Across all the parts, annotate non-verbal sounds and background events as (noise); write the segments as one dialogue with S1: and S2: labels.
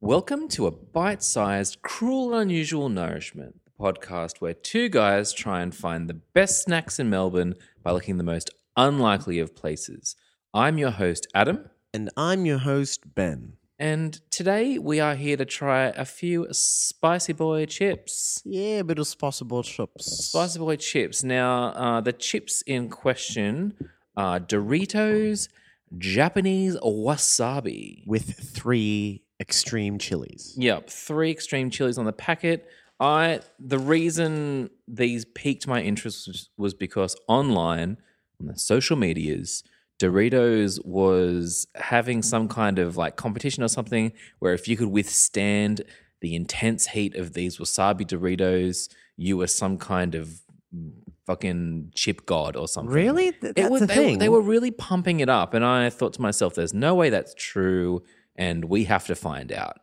S1: Welcome to a bite sized, cruel and unusual nourishment, the podcast where two guys try and find the best snacks in Melbourne by looking the most unlikely of places. I'm your host, Adam,
S2: And I'm your host, Ben.
S1: and today we are here to try a few Spicy Boy chips.
S2: Yeah, a bit of possible chips.
S1: Spicy Boy chips. Now, uh, the chips in question are Doritos, Japanese wasabi.
S2: With three extreme chilies.
S1: Yep, three extreme chilies on the packet. I the reason these piqued my interest was- was because online on the social medias, Doritos was having some kind of like competition or something where if you could withstand the intense heat of these wasabi Doritos, you were some kind of fucking chip god or something.
S2: Really? Th-
S1: It
S2: that's
S1: was,
S2: a
S1: they,
S2: thing.
S1: they were really pumping it up, and I thought to myself, "There's no way that's true, and we have to find out."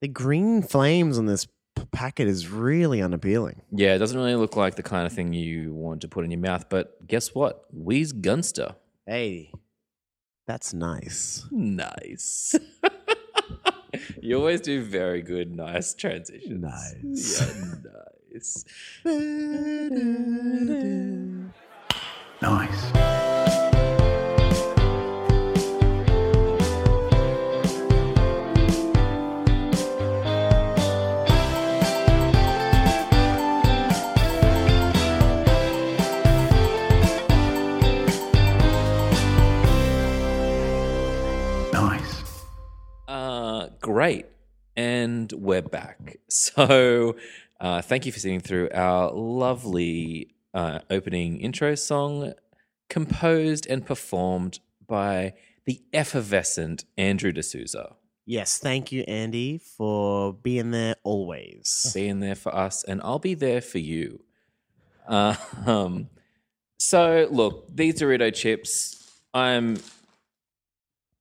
S2: the green flames on this p- packet is really unappealing.
S1: Yeah, it doesn't really look like the kind of thing you want to put in your mouth, but guess what? We's Gunster.
S2: Hey, that's nice.
S1: Nice. (laughs) you always do very good, nice transitions.
S2: Nice.
S1: Yeah, nice.
S3: Nice. Nice.
S1: Uh, great. And we're back. (laughs) So uh, thank you for sitting through our lovely uh, opening intro song, composed and performed by the effervescent Andrew D'Souza.
S2: Yes, thank you, Andy, for being there always.
S1: being there for us, and I'll be there for you. Uh, um, so look, these Dorito chips, I'm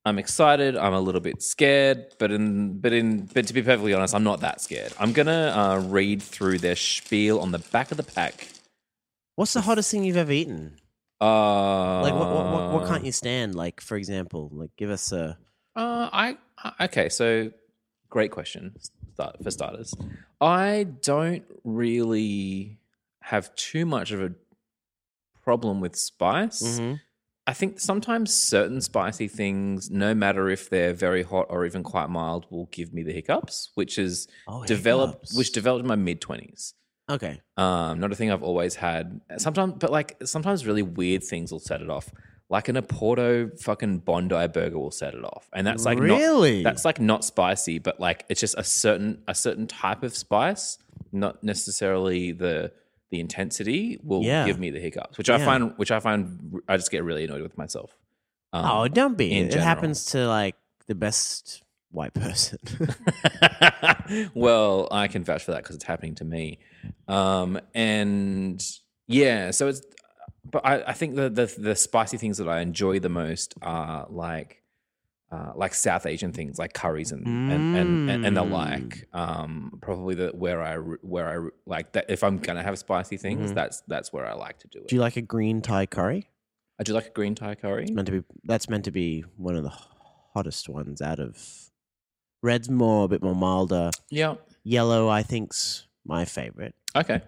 S1: I'm excited. I'm a little bit scared, but in but in but to be perfectly honest, I'm not that scared. I'm gonna uh, read through their spiel on the back of the pack.
S2: (laughs) What's the hottest thing you've ever eaten?
S1: Uh,
S2: Like, what, what, what, what can't you stand? Like, for example, like, give us a.
S1: Uh, I I- okay. So great question. Start for starters. I don't really have too much of a problem with spice.
S2: Mm-hmm.
S1: I think sometimes certain spicy things, no matter if they're very hot or even quite mild, will give me the hiccups, which is
S2: Oh,
S1: developed,
S2: hiccups.
S1: which developed in my mid twenties.
S2: Okay.
S1: Um, not a thing I've always had. Sometimes, but like sometimes really weird things will set it off. Like an Oporto fucking Bondi burger will set it off, and that's like
S2: Really?
S1: not, that's like not spicy, but like it's just a certain a certain type of spice, not necessarily the the intensity will
S2: Yeah.
S1: give me the hiccups, which I
S2: Yeah.
S1: find which I find I just get really annoyed with myself. Um,
S2: Oh, don't be.
S1: in
S2: It
S1: general.
S2: happens to like the best white person. (laughs)
S1: (laughs) well, I can vouch for that because it's happening to me. Um, and yeah, so it's, but I, I think the, the the spicy things that I enjoy the most are like, uh, like South Asian things, like curries and and, and, and, and the
S2: Mm.
S1: like. Um, probably the where I re- where I re- like that. If I'm gonna have spicy things,
S2: Mhm.
S1: that's that's where I like to do it.
S2: Do you like a green Thai curry?
S1: I do like a green Thai curry.
S2: It's meant to be. That's meant to be one of the hottest ones out of. Red's more a bit more milder.
S1: Yeah.
S2: Yellow, I think's my favorite.
S1: Okay.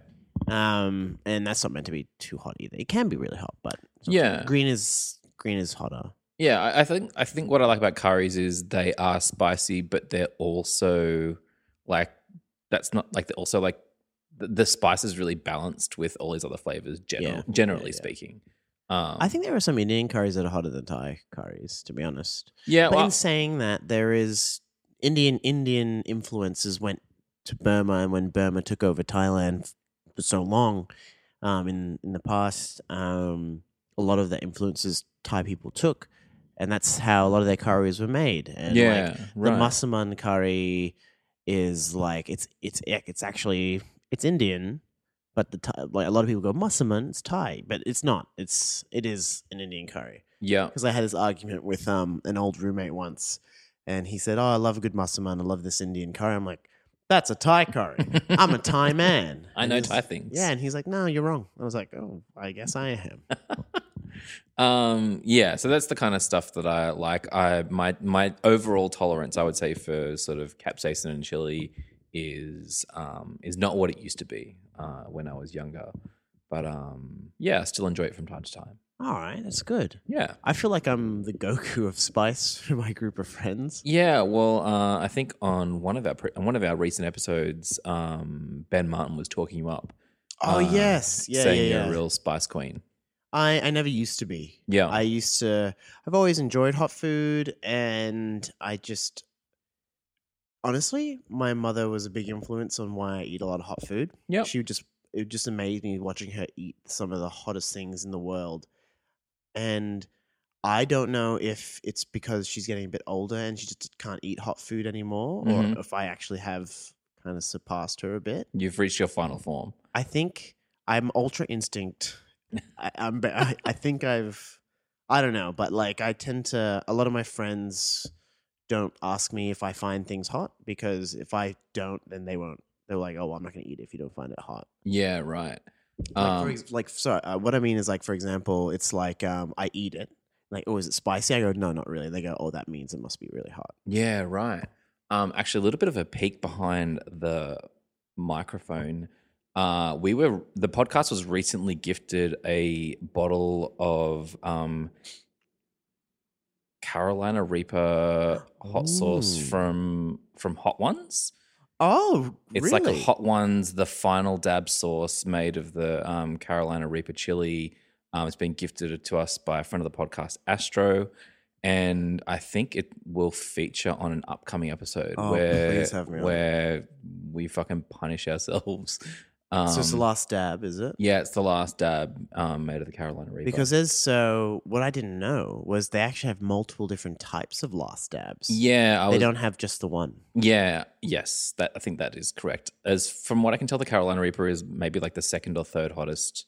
S2: Um, and that's not meant to be too hot either. It can be really hot, but it's not-
S1: Yeah.
S2: green is green is hotter.
S1: Yeah, I, I think I think what I like about curries is they are spicy, but they're also like that's not like they're also like the, the spice is really balanced with all these other flavors. General,
S2: Yeah.
S1: generally
S2: Yeah, yeah.
S1: speaking, um,
S2: I think there are some Indian curries that are hotter than Thai curries, to be honest.
S1: Yeah,
S2: But
S1: well,
S2: in saying that, there is Indian Indian influences went to Burma, and when Burma took over Thailand f- for so long, um, in in the past, um, a lot of the influences Thai people took, and that's how a lot of their curries were made. And
S1: yeah,
S2: like,
S1: right.
S2: the Masaman curry is like it's it's e, it's actually it's Indian. But the Thai, like a lot of people go Masaman, it's Thai, but it's not. It's it is an Indian curry
S1: yeah,
S2: because I had this argument with um an old roommate once, and he said, "Oh, I love a good masaman. I love this Indian curry." I'm like, "That's a Thai curry. (laughs) I'm a
S1: (laughs)
S2: Thai man.
S1: I
S2: And
S1: know
S2: he's-
S1: Thai things.
S2: Yeah, and he's like, "No, you're wrong." I was like, "Oh, I guess I am."
S1: Um, yeah, so that's the kind of stuff that I like. I my my overall tolerance, I would say, for sort of capsaicin and chili is um, is not what it used to be uh, when I was younger. But um, yeah, I still enjoy it from time to time.
S2: All right, that's good.
S1: Yeah,
S2: I feel like I'm the Goku of spice (laughs) for my group of friends.
S1: yeah. Well, uh, I think on one of our pre- on one of our recent episodes, um, Ben Martin was talking you up,
S2: Oh
S1: Uh,
S2: yes, yeah,
S1: saying
S2: yeah,
S1: you're
S2: yeah.
S1: a real spice queen.
S2: I I never used to be.
S1: Yeah,
S2: I used to. I've always enjoyed hot food, and I just honestly, my mother was a big influence on why I eat a lot of hot food.
S1: Yep.
S2: she would just it just amazed me watching her eat some of the hottest things in the world, and I don't know if it's because she's getting a bit older and she just can't eat hot food anymore,
S1: Mhm.
S2: or if I actually have kind of surpassed her a bit.
S1: you've reached your final form.
S2: I think I'm ultra instinct. I, I'm. ba- I, I think I've. I don't know, but like I tend to. A lot of my friends don't ask me if I find things hot because if I don't, then they won't. They're like, "Oh, well, I'm not going to eat it if you don't find it hot."
S1: Yeah, right.
S2: Like, for
S1: Um,
S2: ex- like sorry, uh, what I mean is like, for example, it's like um, I eat it. Like, oh, is it spicy? I go, no, not really. They go, oh, that means it must be really hot.
S1: Yeah, right. Um, actually, a little bit of a peek behind the microphone. Uh, we were the podcast was recently gifted a bottle of um, Carolina Reaper hot sauce
S2: Ooh.
S1: from from Hot Ones.
S2: Oh,
S1: It's like a Hot Ones, the final dab sauce made of the um, Carolina Reaper chili. Um, it's been gifted to us by a friend of the podcast, Astro. And I think it will feature on an upcoming episode
S2: Oh,
S1: where,
S2: please have me on.
S1: where we fucking punish ourselves. Um,
S2: so it's the last dab, is it?
S1: Yeah, it's the last dab um, made of the Carolina Reaper.
S2: Because there's so what I didn't know was they actually have multiple different types of lost dabs.
S1: yeah, I
S2: they
S1: was,
S2: don't have just the one.
S1: Yeah, yes, that I think that is correct. As from what I can tell, the Carolina Reaper is maybe like the second or third hottest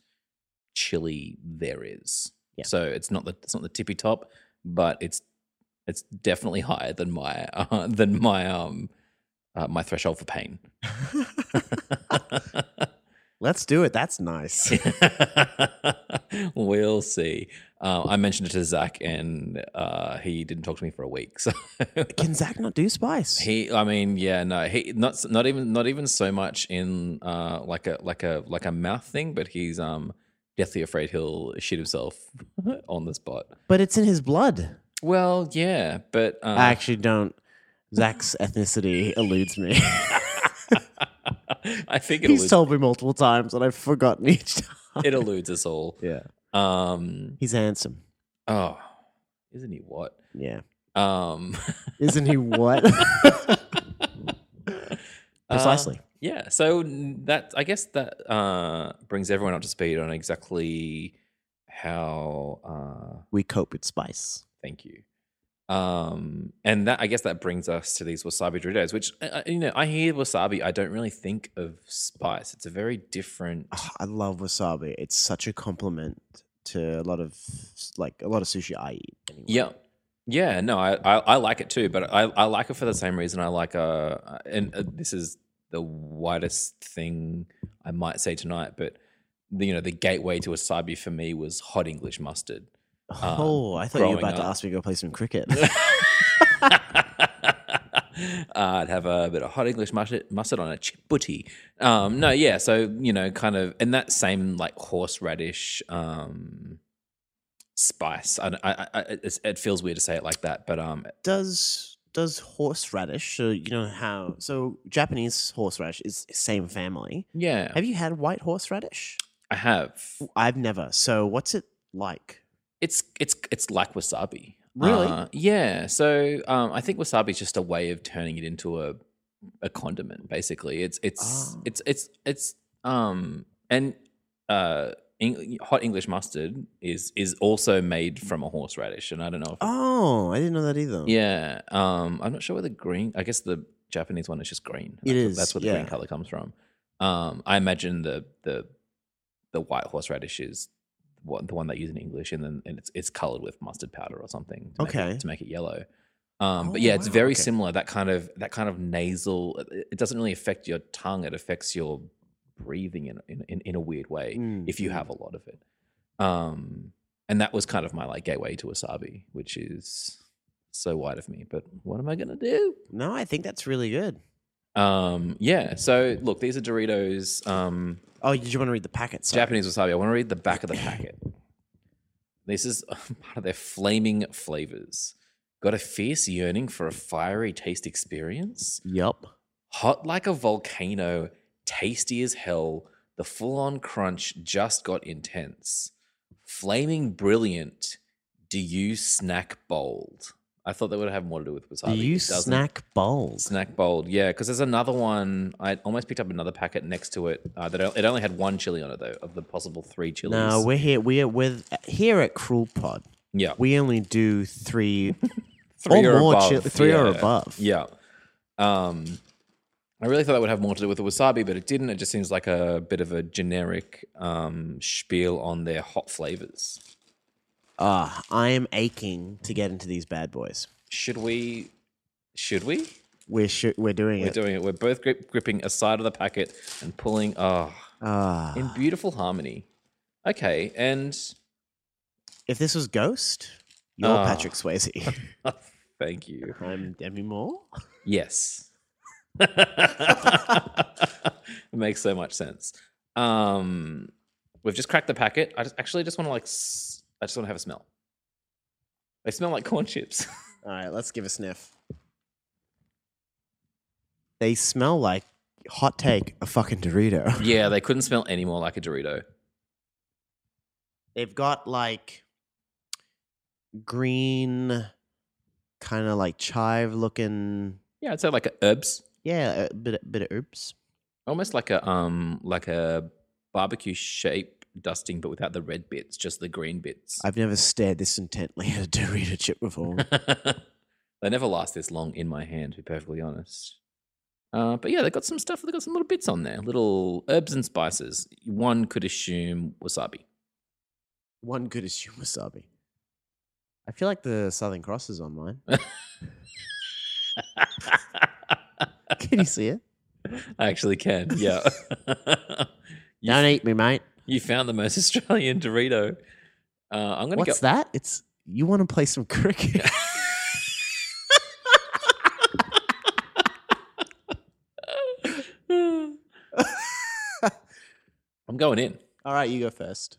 S1: chili there is.
S2: Yeah.
S1: So it's not the it's not the tippy top, but it's it's definitely higher than my uh, (laughs) than my um uh, my threshold for pain. (laughs)
S2: Let's do it. That's nice.
S1: (laughs) we'll see. Um, I mentioned it to Zach, and uh, he didn't talk to me for a week. (laughs) So
S2: Can Zach not do spice?
S1: He, I mean, yeah, no, he not not even not even so much in uh like a like a like a mouth thing, but he's um deathly afraid he'll shit
S2: (laughs)
S1: himself on the spot.
S2: but it's in his blood.
S1: Well, yeah, but um,
S2: I actually don't. Zach's ethnicity eludes me.
S1: (laughs) I think it
S2: (laughs) He's
S1: eludes,
S2: told me multiple times, and I've forgotten each time.
S1: it eludes us all.
S2: Yeah,
S1: Um,
S2: he's handsome.
S1: oh, isn't he what? (laughs)
S2: Yeah,
S1: Um,
S2: isn't he? What? (laughs)
S1: Uh.
S2: Precisely.
S1: Yeah, so n- that I guess that uh, brings everyone up to speed on exactly how uh,
S2: we cope with spice.
S1: Thank you. Um, and that I guess that brings us to these wasabi Doritos, which uh, you know I hear wasabi, I don't really think of spice. It's a very different.
S2: Oh, I love wasabi. It's such a compliment to a lot of like a lot of sushi I eat. Anyway.
S1: Yeah, yeah. No, I, I I like it too, but I I like it for the same reason I like uh and uh, this is the widest thing I might say tonight, but the, you know the gateway to wasabi for me was hot English mustard. um,
S2: Oh, I thought you were
S1: growing
S2: about to
S1: up.
S2: ask me to go play some cricket.
S1: (laughs) I'd have a bit of hot English mustard, mustard on a chip butty. Um, no, yeah, so you know, kind of, and that same like horseradish um, spice. I, don't- I, I, I- it's, it feels weird to say it like that, but um,
S2: does does horseradish? So you know how? So Japanese horseradish is same family.
S1: yeah,
S2: Have you had white horseradish?
S1: I have.
S2: I've never. So what's it like?
S1: It's it's it's like wasabi.
S2: Really?
S1: Uh, yeah. So um, I think wasabi is just a way of turning it into a a condiment. Basically, it's it's
S2: Ah.
S1: it's it's it's um and uh Eng- hot English mustard is is also made from a horseradish, and I don't know. If,
S2: Oh, I didn't know that either.
S1: Yeah. Um, I'm not sure where the green. I guess the Japanese one is just green. That's
S2: It
S1: where-
S2: is,
S1: That's where the green
S2: yeah.
S1: color comes from. Um, I imagine the the the white horseradish is what, the one they use in English, and then and it's it's colored with mustard powder or something. To make
S2: Okay.
S1: it, to make it yellow. Um, but
S2: Oh,
S1: yeah, it's
S2: wow,
S1: very
S2: okay.
S1: similar. That kind of that kind of nasal. It it doesn't really affect your tongue. It affects your breathing in in, in, in a weird way
S2: Mm,
S1: if you
S2: mm.
S1: have a lot of it. Um, and that was kind of my like gateway to wasabi, which is so wide of me. But what am I gonna do?
S2: No, I think that's really good.
S1: Um, yeah. So look, these are Doritos. Um,
S2: Oh, did you want to read the packet? Sorry.
S1: Japanese wasabi. I want to read the back of the packet. This is (laughs) part of their flaming flavors. Got a fierce yearning for a fiery taste experience?
S2: Yup.
S1: Hot like a volcano, tasty as hell. The full on crunch just got intense. Flaming brilliant. Do you snack bold? I thought that would have more to do with
S2: Do
S1: wasabi.
S2: you
S1: It doesn't.
S2: snack bowls?
S1: Snack bold, yeah, because there's another one. I almost picked up another packet next to it. Uh, that it only had one chili on it though, of the possible three chilies.
S2: No, we're here. We're with here at Cruel Pod.
S1: yeah,
S2: We only do three,
S1: (laughs) three
S2: or,
S1: or
S2: more
S1: above.
S2: chi- three or
S1: yeah.
S2: above.
S1: Yeah. Um, I really thought that would have more to do with the wasabi, but it didn't. It just seems like a bit of a generic um, spiel on their hot flavors.
S2: Ah, I am aching to get into these bad boys.
S1: Should we? Should we?
S2: We're sh- we're doing
S1: We're
S2: it.
S1: doing it. We're both grip- gripping a side of the packet and pulling. Ah,
S2: Ah,
S1: in beautiful harmony. Okay, and
S2: if this was Ghost, you're
S1: Ah.
S2: Patrick Swayze.
S1: (laughs) thank you.
S2: I'm Demi Moore.
S1: (laughs) Yes. it makes so much sense. Um, we've just cracked the packet. I just actually just want to like, s- I just want to have a smell. They smell like corn chips. (laughs)
S2: All right, let's give a sniff. They smell like hot take a fucking Dorito. (laughs)
S1: yeah, they couldn't smell any more like a Dorito.
S2: They've got like green, kind of like chive looking.
S1: Yeah, I'd say like a herbs,
S2: Yeah, a bit bit of herbs.
S1: almost like a um, like a barbecue shape dusting, but without the red bits, just the green bits.
S2: I've never stared this intently at a Dorito chip
S1: (laughs)
S2: before.
S1: they never last this long in my hand, to be perfectly honest. Uh, but yeah, they got some stuff. They got some little bits on there, little herbs and spices. One could assume wasabi. (laughs)
S2: One could assume wasabi. I feel like the Southern Cross is on mine. (laughs) Can
S1: (laughs)
S2: you see it?
S1: I actually can. Yeah. (laughs) you,
S2: Don't eat me, mate.
S1: you found the most (laughs) Australian Dorito. Uh, I'm gonna
S2: What's
S1: go.
S2: that? It's you want to play some cricket?
S1: (laughs) I'm going in.
S2: All right, you go first.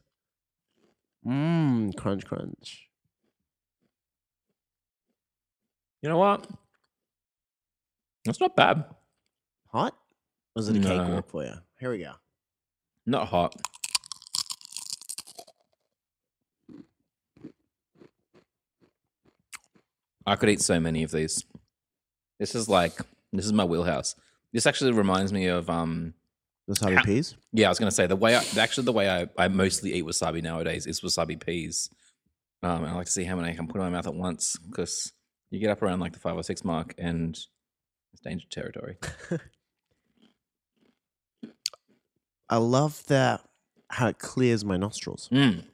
S2: Mmm, crunch, crunch.
S1: You know what? That's not bad.
S2: Hot? Was it a
S1: No.
S2: cakewalk for you? Here we go.
S1: Not hot. I could eat so many of these. This is like this is my wheelhouse. This actually reminds me of um
S2: Wasabi
S1: Ha-
S2: peas?
S1: yeah, I was gonna say the way I actually the way I, I mostly eat wasabi nowadays is wasabi peas. Um and I like to see how many I can put in my mouth at once because you get up around like the five or six mark and it's danger territory.
S2: I love that how it clears my nostrils.
S1: Mm.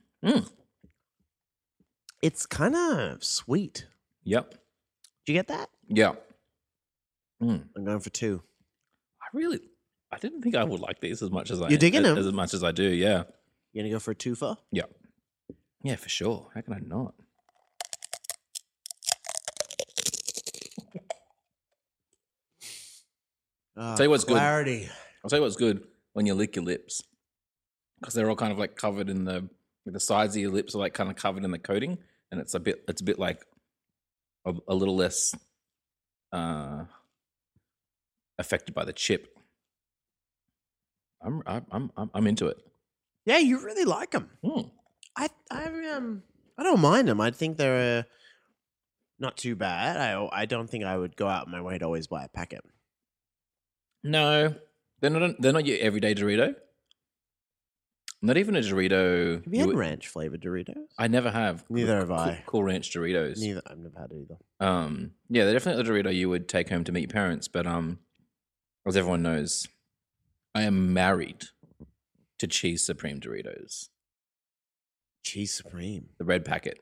S2: It's kind of sweet.
S1: Yep.
S2: Do you get that?
S1: Yeah.
S2: I'm going for two.
S1: I really, I didn't think I would like these as much as I
S2: You're digging
S1: as,
S2: them?
S1: as much as I do. Yeah,
S2: You gonna go for a twofer?
S1: yeah, yeah, for sure. How can I not?
S2: Ah,
S1: Tell you what's good.
S2: clarity.
S1: I'll tell you what's good when you lick your lips because they're all kind of like covered in the like the sides of your lips are like kind of covered in the coating, and it's a bit it's a bit like a, a little less uh affected by the chip. I'm I'm I'm I'm- I'm into it.
S2: Yeah, you really like them.
S1: Mm.
S2: I I um I don't mind them. I think they're uh, not too bad. I I don't think I would go out of my way to always buy a packet.
S1: No, they're not. They're not your everyday Dorito. Not even a Dorito.
S2: Have you,
S1: you
S2: had
S1: would-
S2: ranch flavored Doritos?
S1: I never have.
S2: Neither have
S1: Cool-
S2: I.
S1: Cool Ranch Doritos.
S2: Neither. I've never had it either.
S1: Um, yeah, they're definitely the Dorito you would take home to meet your parents. But um, as everyone knows, I am married to Cheese Supreme Doritos,
S2: Cheese supreme.
S1: the red packet.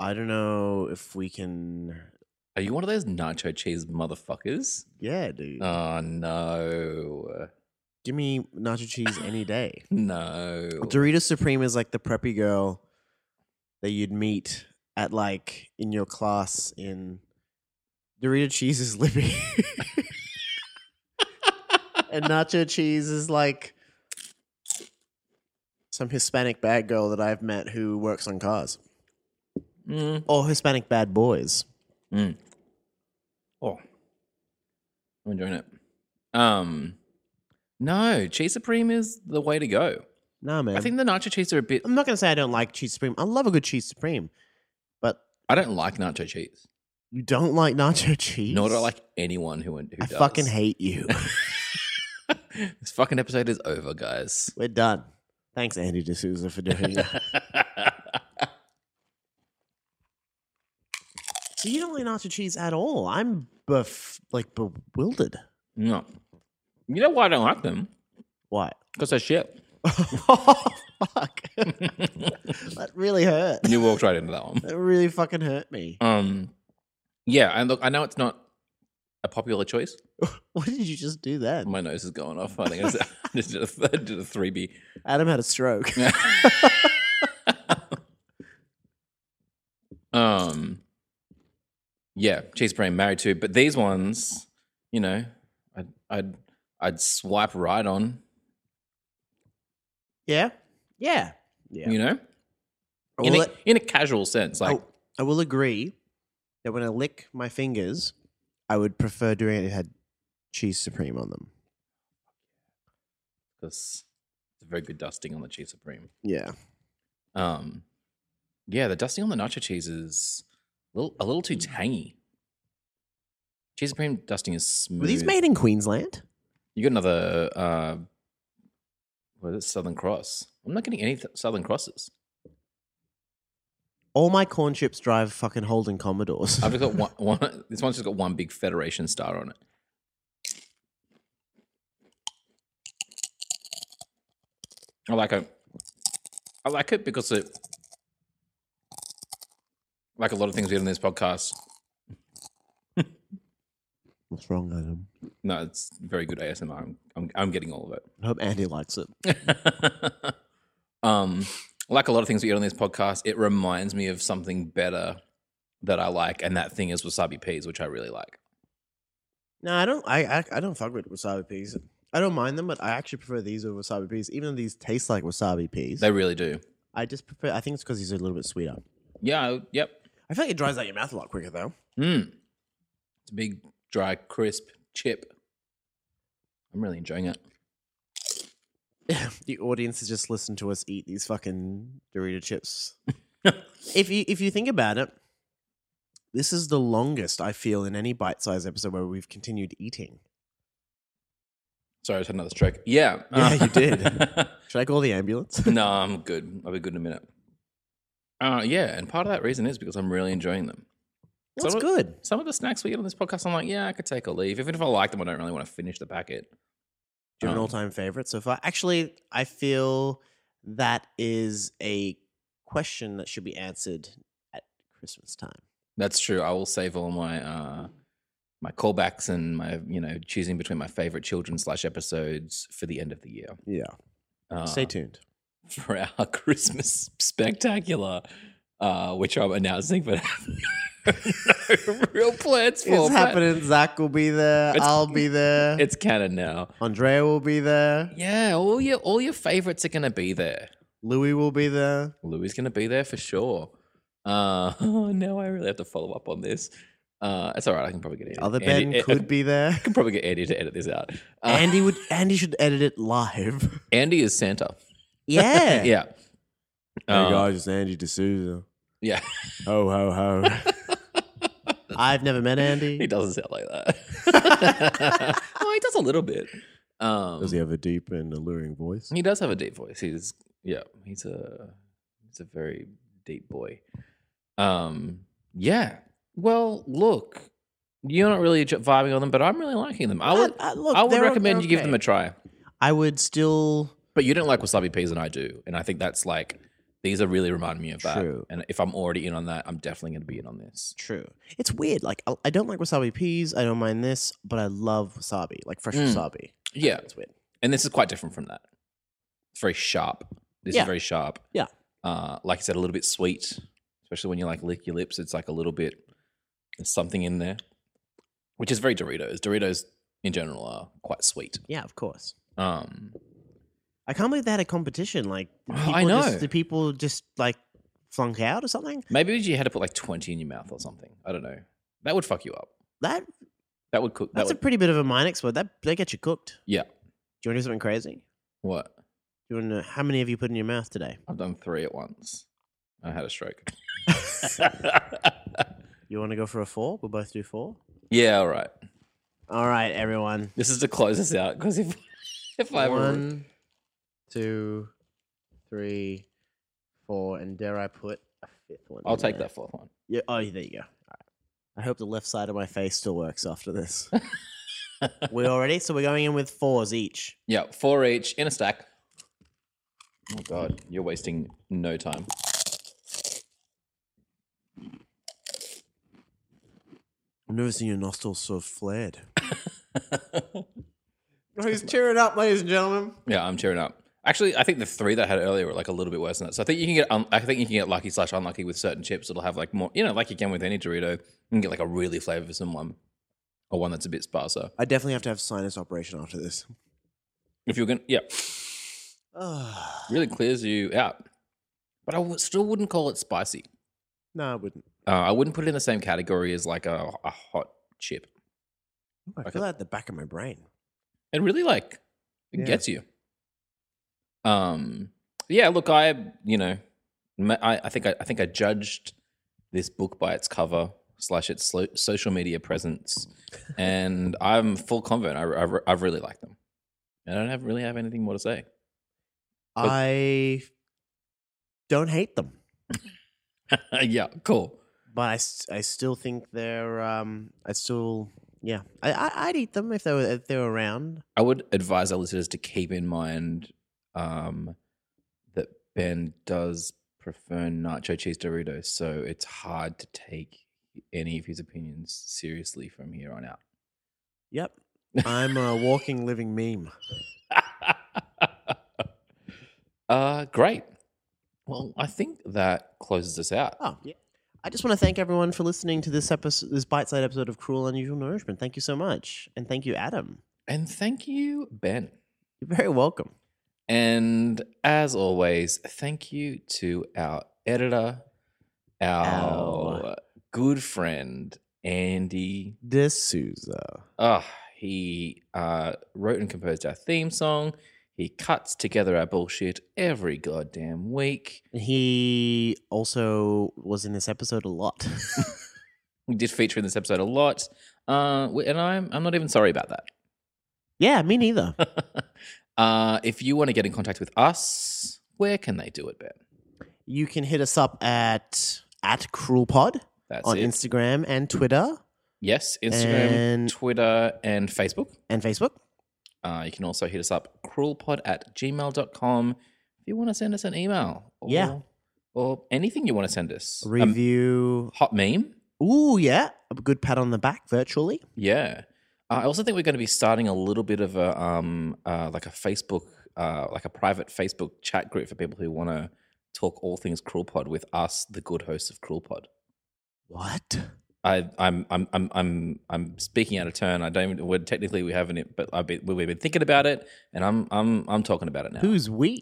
S2: I don't know if we can.
S1: Are you one of those nacho cheese motherfuckers?
S2: Yeah, dude.
S1: Oh no,
S2: Give me nacho cheese any day.
S1: no.
S2: Doritos Supreme is like the preppy girl that you'd meet at like in your class in Dorito cheese is Libby. (laughs) and nacho cheese is like some Hispanic bad girl that I've met who works on cars.
S1: Mm.
S2: Or Hispanic bad boys.
S1: Mm. Oh, I'm enjoying it. Um, no, cheese supreme is the way to go.
S2: Nah, man.
S1: I think the nacho cheese are a bit.
S2: I'm not gonna say I don't like cheese supreme. I love a good cheese supreme, but
S1: I don't like nacho cheese.
S2: you don't like nacho cheese.
S1: Nor do I like anyone who who
S2: I
S1: does.
S2: fucking hate you.
S1: (laughs) this fucking episode is over, (laughs) guys.
S2: We're done. Thanks, Andy D'Souza, for doing that. so you don't like nacho cheese at all? I'm bef- like bewildered.
S1: no, you know why I don't like them?
S2: Why? (laughs)
S1: Because they're shit.
S2: oh, fuck. that really hurt.
S1: (laughs) You walked right into that one.
S2: That really fucking hurt me.
S1: Um, yeah, and look, I know it's not a popular choice.
S2: What did you just do then?
S1: My nose is going off. I think (laughs) I just- I just did a, I did a three B.
S2: Adam had a stroke.
S1: um, yeah, cheese supreme married to, but these ones, you know, I'd I'd I'd swipe right on.
S2: Yeah? Yeah. Yeah.
S1: You know,
S2: I
S1: in a,
S2: will let-
S1: in a casual sense, like
S2: I- I will agree that when I lick my fingers, I would prefer doing it if it had cheese supreme on them.
S1: because it's a very good dusting on the cheese supreme.
S2: Yeah.
S1: Um, yeah, the dusting on the nacho cheese is a little, a little too
S2: Mm.
S1: tangy. Cheese supreme dusting is smooth.
S2: Were these made in Queensland?
S1: You got another uh, what is it? Southern Cross? I'm not getting any th- Southern Crosses.
S2: All my corn chips drive fucking Holden Commodores.
S1: I've just got one, one. This one's just got one big Federation star on it. I like it. I like it because it, like a lot of things we did on this podcast,
S2: What's wrong, Adam?
S1: No, it's very good ASMR. I'm, I'm, I'm getting all of
S2: I hope Andy likes it.
S1: it. (laughs) um, like a lot of things we eat on this podcast, it reminds me of something better that I like, and that thing is wasabi peas, which I really like.
S2: No, I don't. I, I I don't fuck with wasabi peas. I don't mind them, but I actually prefer these over wasabi peas. Even though these taste like wasabi peas,
S1: They really do.
S2: I just prefer. I think it's because these are a little bit sweeter.
S1: Yeah. I- Yep.
S2: I feel like it dries out your mouth a lot quicker though.
S1: Mm. It's a big, dry, crisp chip. I'm really enjoying it.
S2: the audience has just listened to us eat these fucking Dorito (laughs) chips. if you if you think about it, this is the longest I feel in any bite size episode where we've continued eating.
S1: Sorry, I just had another stroke. Yeah.
S2: (laughs)
S1: uh,
S2: Yeah, you did. Should I call the ambulance?
S1: (laughs) no, I'm good. I'll be good in a minute. Uh, yeah, and part of that reason is because I'm really enjoying them.
S2: That's
S1: So-
S2: good.
S1: some of the snacks we eat on this podcast, I'm like, yeah, I could take or leave. Even if I like them, I don't really want to finish the packet.
S2: Do you have an
S1: Um,
S2: all time favorite so far? Actually, I feel that is a question that should be answered at Christmas time.
S1: That's true. I will save all my uh, my callbacks and my you know choosing between my favorite children slash episodes for the end of the year.
S2: Yeah. Uh-huh.
S1: Uh,
S2: Stay tuned.
S1: for our (laughs) Christmas spectacular, uh, which I'm announcing, but (laughs) have no real plans for.
S2: It's
S1: but
S2: happening. Zach will be there.
S1: It's-
S2: I'll be there.
S1: It's canon now.
S2: Andrea will be there.
S1: Yeah, all your all your favorites are gonna be there.
S2: Louis will be there.
S1: Louis going to be there for sure. Uh, (laughs) oh, now I really have to follow up on this. Uh, it's all right. I can probably get Andy.
S2: Other
S1: Andy-
S2: Ben
S1: eh,
S2: could be there.
S1: I can probably get Andy to edit this out. (laughs) Uh,
S2: Andy would. Andy should edit it live.
S1: (laughs) Andy is Santa.
S2: Yeah.
S1: Yeah. Uh,
S2: it's Andy D'Souza.
S1: Yeah.
S2: Ho ho ho.
S1: (laughs)
S2: I've never met
S1: He
S2: Andy.
S1: doesn't sound like that.
S2: (laughs)
S1: (laughs) oh, he does a little bit. Um,
S2: have a deep and alluring voice?
S1: He does have a deep voice. He's yeah, he's a he's a very deep boy. Um, yeah. Well, look, you're not really j- vibing on them, but I'm really liking them. I would
S2: look,
S1: I would
S2: they're o-
S1: recommend you give
S2: okay.
S1: them a try.
S2: I would still.
S1: But you don't like wasabi peas, and I do, and I think that's like these are really reminding me of that.
S2: True.
S1: And if I'm already in on that, I'm definitely going to be in on this.
S2: True. It's weird. Like I, I don't like wasabi peas. I don't mind this, but I love wasabi, like fresh
S1: Mm.
S2: wasabi.
S1: Yeah,
S2: It's weird.
S1: and this is quite different from that. It's very sharp. This
S2: Yeah.
S1: is very sharp.
S2: Yeah.
S1: Uh, like I said, a little bit sweet. especially when you like lick your lips. It's like a little bit there's something in there, which is very Doritos. Doritos in general are quite sweet.
S2: Yeah, of course.
S1: Um,
S2: I can't believe they had a competition. Like, did
S1: Oh, I
S2: people just-
S1: know.
S2: did people just like flunk out or something?
S1: maybe if you had to put like twenty in your mouth or something. I don't know. That would fuck you up.
S2: That
S1: That would cook. That
S2: that's
S1: would,
S2: a pretty bit of a mind explode. That they get you cooked.
S1: Yeah.
S2: Do you want to do something crazy?
S1: what?
S2: Do you want to know how many have you put in your mouth today?
S1: I've done three at once. I had a
S2: (laughs)
S1: stroke. (laughs)
S2: You want to go for a four? We'll both do four.
S1: yeah, all right.
S2: All right, everyone.
S1: This is to close us out because if if I ever
S2: One, two, three, four, and dare I put a fifth one?
S1: I'll
S2: in
S1: take
S2: there.
S1: that fourth one.
S2: Yeah. Oh, there you go. All right. I hope the left side of my face still works
S1: (laughs)
S2: after this. we all ready? So we're going in with fours each.
S1: Yeah, four each in a stack. Oh god, you're wasting no time.
S2: I've never seen your nostrils
S1: (laughs)
S2: so flared. He's cheering up, ladies and gentlemen.
S1: Yeah, I'm tearing up. Actually, I think the three that I had earlier were like a little bit worse than that. So I think you can get un- I think you can get lucky slash unlucky with certain chips. It'll have like more, you know, like you can with any Dorito. You can get like a really flavorsome one, or one that's a bit sparser.
S2: I definitely have to have sinus operation after this. (sighs)
S1: If you're gonna, yeah,
S2: Ah,
S1: really clears you out. But I w- still wouldn't call it spicy.
S2: no, I wouldn't.
S1: Uh, I wouldn't put it in the same category as like a, a hot chip.
S2: I
S1: Okay.
S2: feel that at the back of my brain.
S1: It really like it
S2: Yeah.
S1: gets you. Um, yeah. Look, I you know, ma- I, I think I, I think I judged this book by its cover slash its slo- social media presence, and I'm full convert. I, I, I really like them. I don't have really have anything more to say. (laughs) But-
S2: I don't hate them,
S1: yeah, cool.
S2: but I, s- I still think they're um I still yeah I, I I'd eat them if they were if they were around.
S1: I would advise our listeners to keep in mind um, that Ben does prefer nacho cheese Doritos, so it's hard to take any of his opinions seriously from here on out. (laughs)
S2: Yep, I'm (laughs) a walking living meme.
S1: uh, great. Well, I think that closes us out.
S2: Oh yeah. I just want to thank everyone for listening to this episode, this bite-sized episode of Cruel Unusual Nourishment. Thank you so much, and thank you, Adam.
S1: And thank you, Ben.
S2: You're very welcome.
S1: And as always, thank you to our editor, our
S2: Ow.
S1: good friend, Andy.
S2: D'Souza.
S1: Ah, he uh, wrote and composed our theme song. He cuts together our bullshit every goddamn week.
S2: He also was in this episode a lot. (laughs)
S1: We did feature in this episode a lot, uh, we- and I'm I'm not even sorry about that.
S2: yeah, me neither.
S1: (laughs) uh, if you want to get in contact with us, where can they do it, Ben?
S2: You can hit us up at at Cruel Pod
S1: That's
S2: on
S1: it.
S2: Instagram and Twitter
S1: yes, Instagram,
S2: and-
S1: Twitter, and Facebook.
S2: and Facebook.
S1: Uh, you can also hit us up, cruelpod at gmail.com if you want to send us an email. Or,
S2: Yeah.
S1: Or anything you want to send us. A
S2: Um, Review.
S1: hot meme.
S2: Ooh, yeah, a good pat on the back virtually.
S1: Yeah. Uh, I also think we're going to be starting a little bit of a um uh, like a Facebook uh, like a private Facebook chat group for people who want to talk all things Cruel Pod with us, the good hosts of Cruel Pod.
S2: What?
S1: I, I'm I'm I'm I'm I'm speaking out of turn. I don't. Even, well, technically, we haven't, it, but I've been, we've been thinking about it, and I'm I'm I'm talking about it now.
S2: Who's we?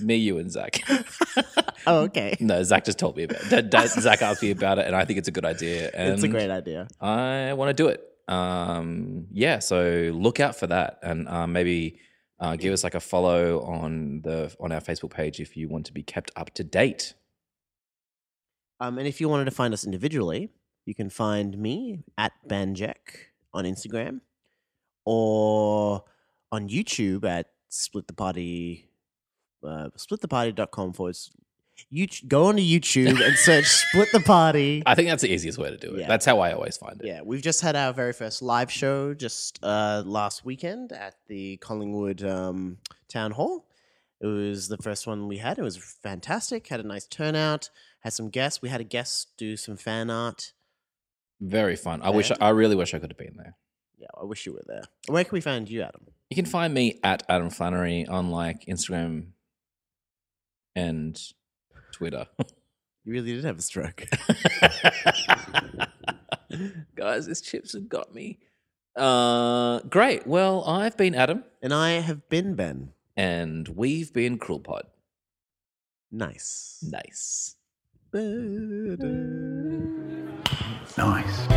S1: Me, you, and Zach.
S2: (laughs)
S1: (laughs)
S2: oh, okay.
S1: no, Zach just told me about. it. Dad- Dad- Zach asked me about it, and I think it's a good idea. And
S2: (laughs) it's a great idea.
S1: I want to do it. Um, yeah, so look out for that, and uh, maybe uh, give us like a follow on the on our Facebook page if you want to be kept up to date.
S2: Um, and if you wanted to find us individually, you can find me at Banjek on Instagram or on YouTube at Split the Party, uh, splittheparty.com forward. s- YouTube, go onto YouTube and (laughs) search Split the Party.
S1: I think that's the easiest way to do it.
S2: Yeah.
S1: That's how I always find it.
S2: Yeah, we've just had our very first live show just uh, last weekend at the Collingwood um, Town Hall. It was the first one we had. It was fantastic. Had a nice turnout. Had some guests. We had a guest do some fan art.
S1: Very fun. I wish.
S2: And-
S1: I really wish I could have been there.
S2: Yeah, I wish you were there. Where can we find you, Adam?
S1: You can find me at Adam
S2: (laughs)
S1: Flannery on like Instagram and Twitter.
S2: You really did have a stroke. (laughs)
S1: Guys, this chips have got me. Uh, great. Well, I've been Adam,
S2: and I have been Ben.
S1: and we've been Krill Pod.
S2: Nice.
S1: Nice.
S2: Ba-da.
S3: Nice.